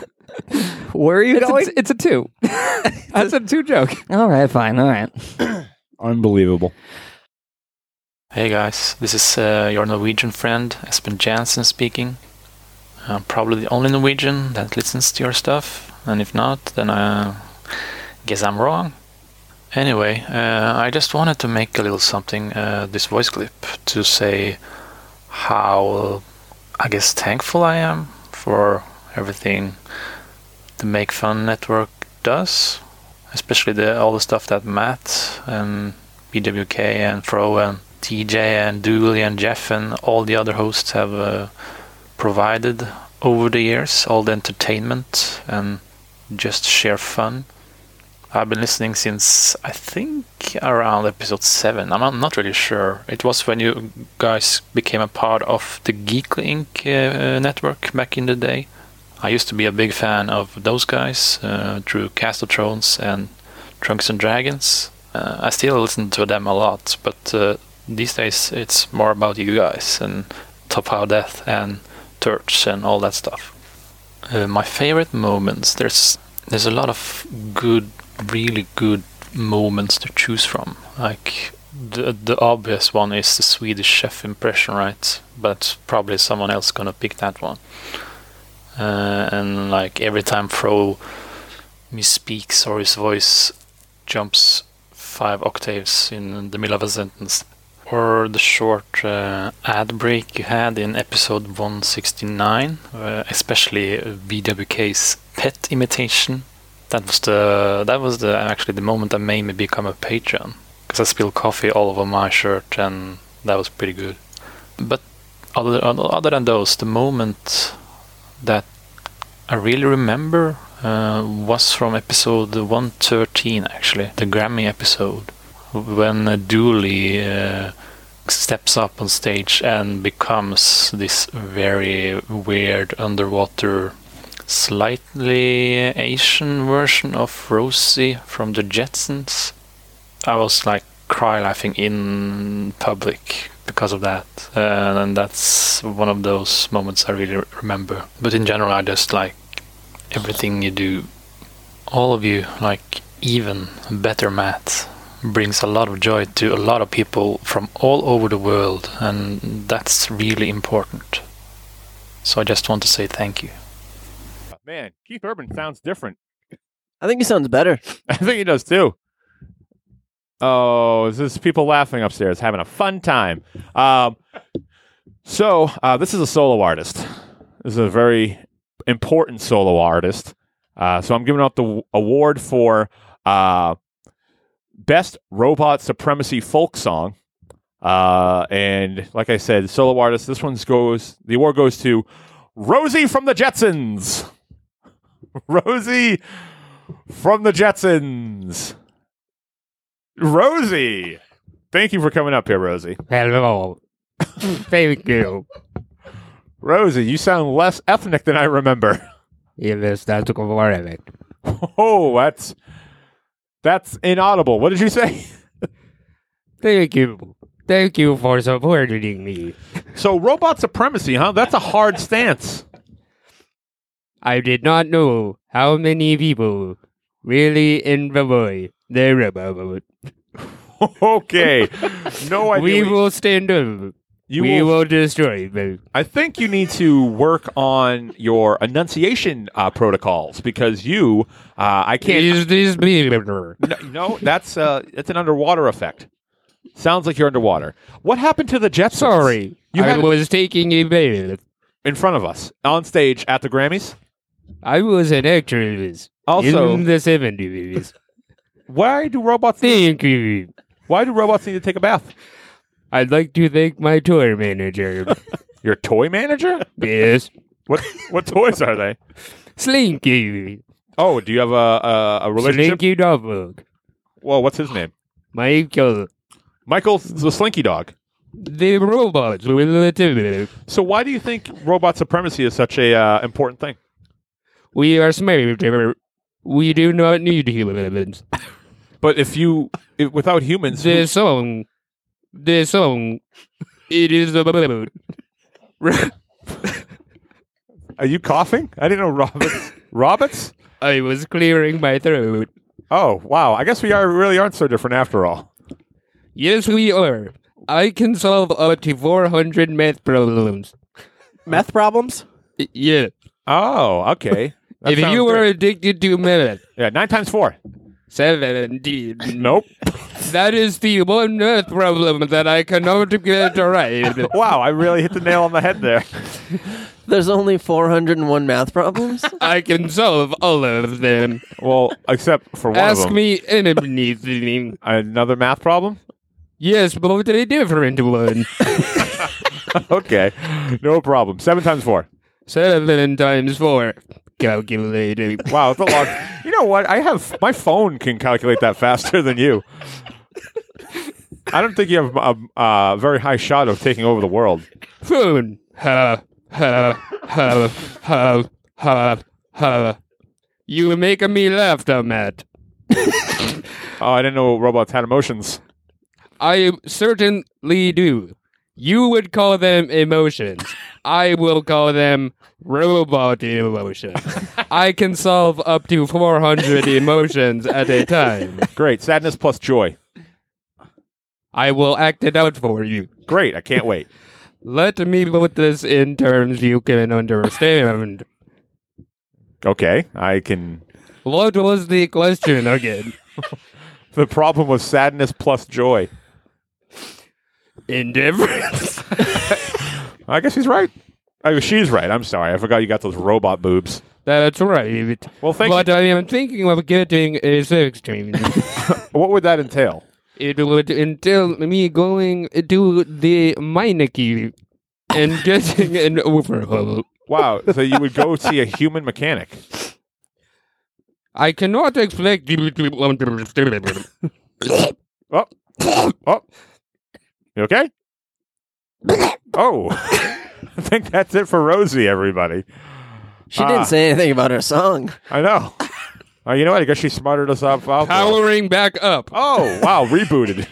*laughs* Where are you
it's,
going?
a, it's a two.
*laughs*
That's a two joke.
all right, fine. All right.
Unbelievable.
Hey guys, this is uh, your Norwegian friend Espen Jansen speaking. I'm probably the only Norwegian that listens to your stuff, and if not, then I guess I'm wrong. Anyway, uh, I just wanted to make a little something, uh, this voice clip, to say how I guess thankful I am for everything the Make Fun Network does, especially the all the stuff that Matt and BWK and Fro and TJ and Dooley and Jeff and all the other hosts have uh, provided over the years, all the entertainment and just sheer fun. I've been listening since I think around episode seven. I'm not- not really sure. It was when you guys became a part of the Geekly Inc. Uh, network back in the day. I used to be a big fan of those guys uh, through Castle Thrones and Drunks and Dragons. Uh, I still listen to them a lot, but uh, these days it's more about you guys and Top How Death and Turch and all that stuff. Uh, my favorite moments there's there's a lot of good, really good moments to choose from. Like the the obvious one is the Swedish chef impression, right? But probably someone else gonna pick that one uh, and like every time Fro misspeaks or his voice jumps five octaves in the middle of a sentence, or the short uh, ad break you had in episode 169, uh, especially uh, BWK's pet imitation. That was the that was the actually the moment that made me become a patron because I spilled coffee all over my shirt and that was pretty good. But other other than those, the moment that I really remember uh, was from episode 113, actually, the Grammy episode, when uh, Dooley uh, steps up on stage and becomes this very weird underwater, slightly Asian version of Rosie from the Jetsons. I was like cry laughing in public because of that, uh, and that's one of those moments I really remember. But in general, I just like everything you do. All of you, like even better Matt, brings a lot of joy to a lot of people from all over the world, and that's really important. So I just want to say thank you.
Man, Keith Urban sounds different.
I think he sounds better.
*laughs* I think he does too. Oh, this is people laughing upstairs, having a fun time. Um, so uh, this is a solo artist. This is a very important solo artist. Uh, so I'm giving out the w- award for uh, best robot supremacy folk song. Uh, and like I said, solo artist. This one's goes. The award goes to Rosie from the Jetsons. *laughs* Rosie from the Jetsons. Rosie, thank you for coming up here, Rosie.
Hello. Thank you.
Rosie, you sound less ethnic than I remember. *laughs*
It is that to it.
Oh, that's that's inaudible. What did you say? *laughs*
Thank you. Thank you for supporting me.
So robot supremacy, huh? That's a hard stance.
I did not know how many people really enjoy the robot.
*laughs* okay. No idea.
*laughs* We will stand up.
You
we
will-
will destroy them.
I think you need to work on your enunciation uh, protocols because you, uh, I can't.
Is this me? No,
no, that's uh, it's an underwater effect. Sounds like you're underwater. What happened to the Jetsons?
Sorry, I was taking a bath
in front of us on stage at the Grammys.
I was an actress.
Also,
in the 70s.
*laughs* why do robots?
Thank you.
Why do robots need to take a bath?
I'd like to thank my toy manager.
*laughs* Your toy manager?
yes.
What what toys are they?
Slinky.
Oh, do you have a a, a relationship?
Slinky dog.
Well, what's his name?
Michael.
Michael the Slinky Dog.
The robots will attack.
So why do you think robot supremacy is such a uh, important thing?
We are smart. We do not need humans.
But if you if, without humans, who-
The song. The song. It is about.
are you coughing? I didn't know Roberts. Roberts?
I was clearing my throat.
Oh wow! I guess we are really aren't so different after all.
Yes, we are. I can solve up to 400 math problems.
Meth problems?
Y- Yeah.
Oh,
*laughs*
okay. That
if
sounds
you were
great.
addicted to math,
yeah, nine times four,
seventeen.
Nope.
*laughs* That is the one math problem that I cannot get right.
*laughs* wow, I really hit the nail on the head there.
*laughs* There's only 401 math problems.
*laughs* I can solve all of them.
Well, except for one of
Ask
them.
me *laughs*
*laughs*
anything.
Another math problem?
Yes, but a different *laughs* one.
*laughs* okay, no problem. Seven times four.
Seven times four. Calculating.
Wow, it's a long. you know what? I have my phone can calculate that faster than you. I don't think you have a, a very high shot of taking over the world.
Phone. Ha, ha, ha, ha, ha, ha. You make me laugh, Matt.
*laughs* Oh, I didn't know robots had emotions.
I certainly do. You would call them emotions. I will call them robot emotions. I can solve up to 400 emotions at a time.
*laughs* Great, sadness plus joy.
I will act it out for you.
Great, I can't wait.
*laughs* Let me put this in terms you can understand.
Okay, I can.
What was the question again?
*laughs* The problem was sadness plus joy.
Indifference.
*laughs* I guess he's right. Oh, she's right. I'm sorry. I forgot you got those robot boobs.
That's right.
Well, thank
but I am thinking of getting a sex change.
*laughs* what would that entail?
It would entail me going to the Meineke
*laughs*
and getting an overhaul.
Wow. So you would go see a human mechanic.
I cannot expect you to understand.
*laughs* Oh, oh. You okay? Oh, *laughs* I think that's it for Rosie, everybody. Ah.
She didn't say anything about her song.
I know. Oh, you know what? I guess she smarted us up. out there.
Powering back up.
Oh, wow. Rebooted.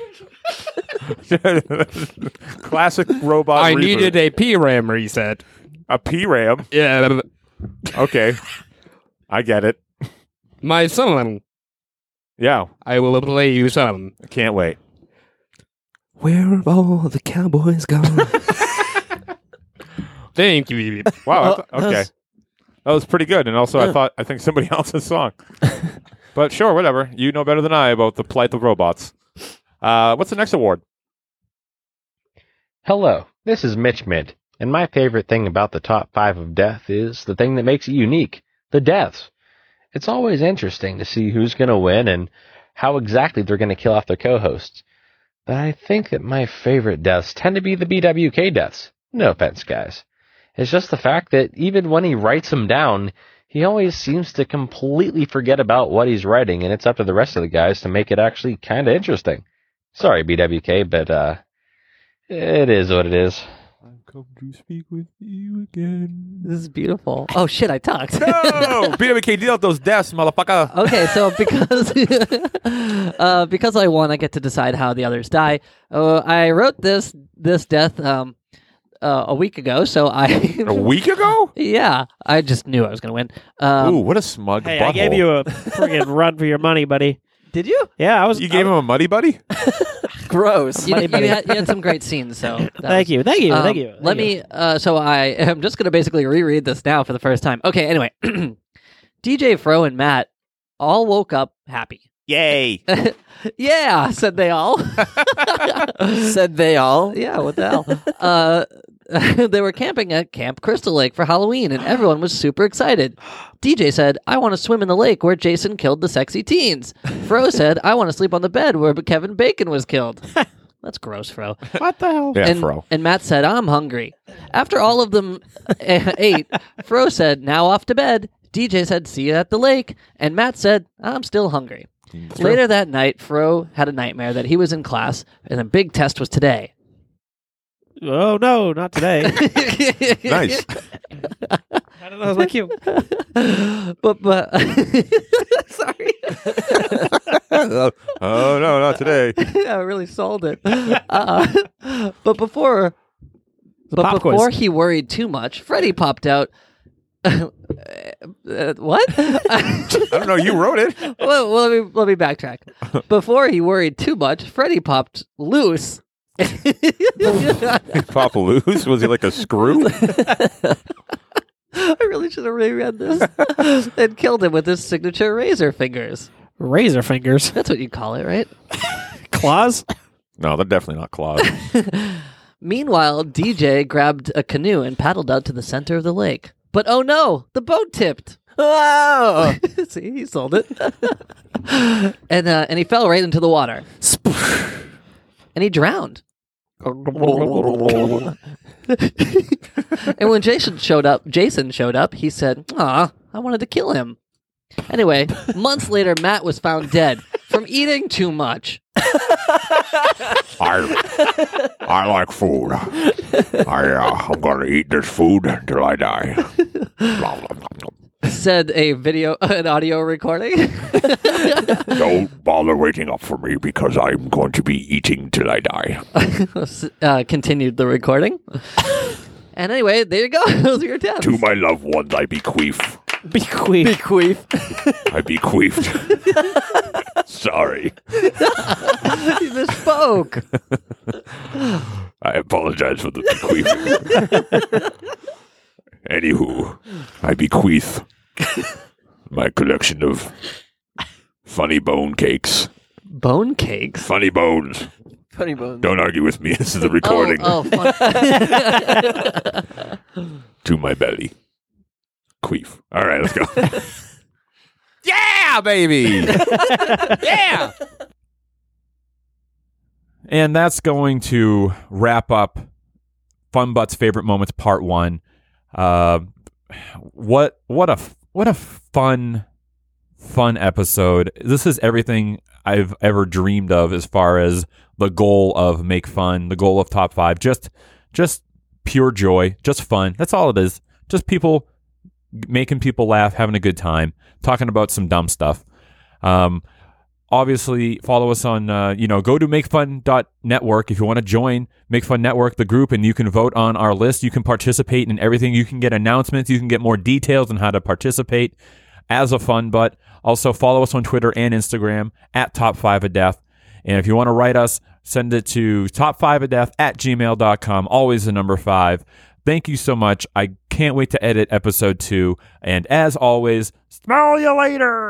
*laughs* Classic robot.
I
reboot.
needed a PRAM reset.
a PRAM.
Yeah. *laughs*
Okay. I get it.
My son,
Yeah.
I will play you some.
Can't
*laughs*
wait.
Where are all the cowboys gone? Thank you.
Wow. I
Oh,
th-
that
okay.
was-
That was pretty good. And also, I
Yeah.
thought I think somebody *laughs*
*laughs*
else's song. but sure, whatever. You know better than I about the plight of robots. Uh, what's the next award?
Hello, this is Mitch Mid, and my favorite thing about the top five of death is the thing that makes it unique the deaths. It's always interesting to see who's going to win and how exactly they're going to kill off their co hosts. but I think that my favorite deaths tend to be the BWK deaths. No offense, guys. It's just the fact that even when he writes them down, he always seems to completely forget about what he's writing, and it's up to the rest of the guys to make it actually kind of interesting. Sorry, BWK, but uh, it is what it is.
Come to speak with you again.
This is beautiful. Oh shit, I talked. *laughs*
No, BWK, deal with those *laughs* deaths, motherfucker.
Okay,
*laughs*
so because *laughs* uh, because I won, I get to decide how the others die. Uh, I wrote this this death um, uh, a week ago, so I *laughs* a
week ago?
yeah, I just knew I was gonna win. Um,
Ooh, what a smug
Hey, I gave you a
*laughs*
friggin' run for your money, buddy.
Did you?
Yeah, I was.
You gave him a muddy
*laughs*
buddy?
gross. You,
Money,
you
buddy.
had, you had some great
*laughs*
scenes, so that Um,
Thank you, thank you, thank you, thank
Let me. Uh, so I am just going to basically reread this now for the first time. Okay. Anyway, *clears throat* DJ Fro and Matt all woke up happy.
Yay!
*laughs* yeah, *laughs* said they all.
Said they all.
Yeah, what the hell? uh, *laughs* they were camping at Camp Crystal Lake for Halloween, and everyone was super excited. DJ said, I want to swim in the lake where Jason killed the sexy teens. Fro said, I want to sleep on the bed where Kevin Bacon was killed. That's gross, Fro.
What the hell?
and, and Matt said, I'm hungry. After all of them uh, *laughs* ate, Fro said, Now off to bed. DJ said, See you at the lake. And Matt said, I'm still hungry. Later that night, Fro had a nightmare that he was in class and a big test was today.
Oh no, not
*laughs*
today.
Nice.
I don't know. I was like you.
but but *laughs* sorry.
*laughs* oh no,
*laughs*
not today.
I really
*laughs*
sold it. Uh, *laughs* but before, but
pop quiz.
before he worried too much, Freddie popped out. *laughs*
*laughs*
Uh, what? I
don't know. You wrote it.
*laughs* Well, well, let me let me backtrack.
*laughs*
Before he worried too much, Freddie popped loose.
Pop loose? Was he like
*laughs*
a screw?
*laughs* I really should have reread
*laughs*
this and killed him with his signature razor fingers.
Razor fingers,
That's what you call it, right?
*laughs* claws.
No, they're definitely not claws.
Meanwhile, DJ grabbed a canoe and paddled out to the center of the lake. But oh no, the boat tipped. Oh, see, he sold it, *laughs* and uh, and he fell right into the water, and he drowned. and when Jason showed up, Jason showed up. He said, "Ah, I wanted to kill him." Anyway, months later, Matt was found dead from eating too much.
*laughs* I, I like food. I, uh, I'm going to eat this food until
*laughs*
I die.
Said a video, an audio recording. *laughs*
Don't bother waiting up for me because I'm going to be eating till I die.
uh, continued the recording. and anyway, there you go. *laughs* Those are your deaths.
To my loved ones, I bequeath.
Bequeath.
Bequeath.
*laughs* I bequeathed. Sorry.
*laughs* you misspoke.
*laughs* I apologize for the bequeathing. *laughs* Anywho, I
*laughs*
bequeath my collection of funny bone cakes.
Bone cakes?
Funny bones.
Funny bones.
Don't argue with me. *laughs* This is a recording.
Oh, fun.
*laughs* To my belly. Queef. All
*laughs*
right, let's go. *laughs*
yeah, baby.
*laughs*
yeah. And that's going to wrap up Funbutt's favorite moments part one. Uh, what what a f- what a fun fun episode. This is everything I've ever dreamed of as far as the goal of make fun, the goal of top five, just just pure joy, just fun. That's all it is. Just people making people laugh, having a good time, talking about some dumb stuff. Um, obviously, follow us on, uh, you know, go to makefun.network if you want to join Make Fun Network, the group, and you can vote on our list. You can participate in everything. You can get announcements. You can get more details on how to participate as a fun butt. Also, follow us on Twitter and Instagram at Top 5 of Death. And if you want to write us, send it to top 5 of death at gmail.com. Always the number five. Thank you so much. I can't wait to edit episode two. And as always, smell you later.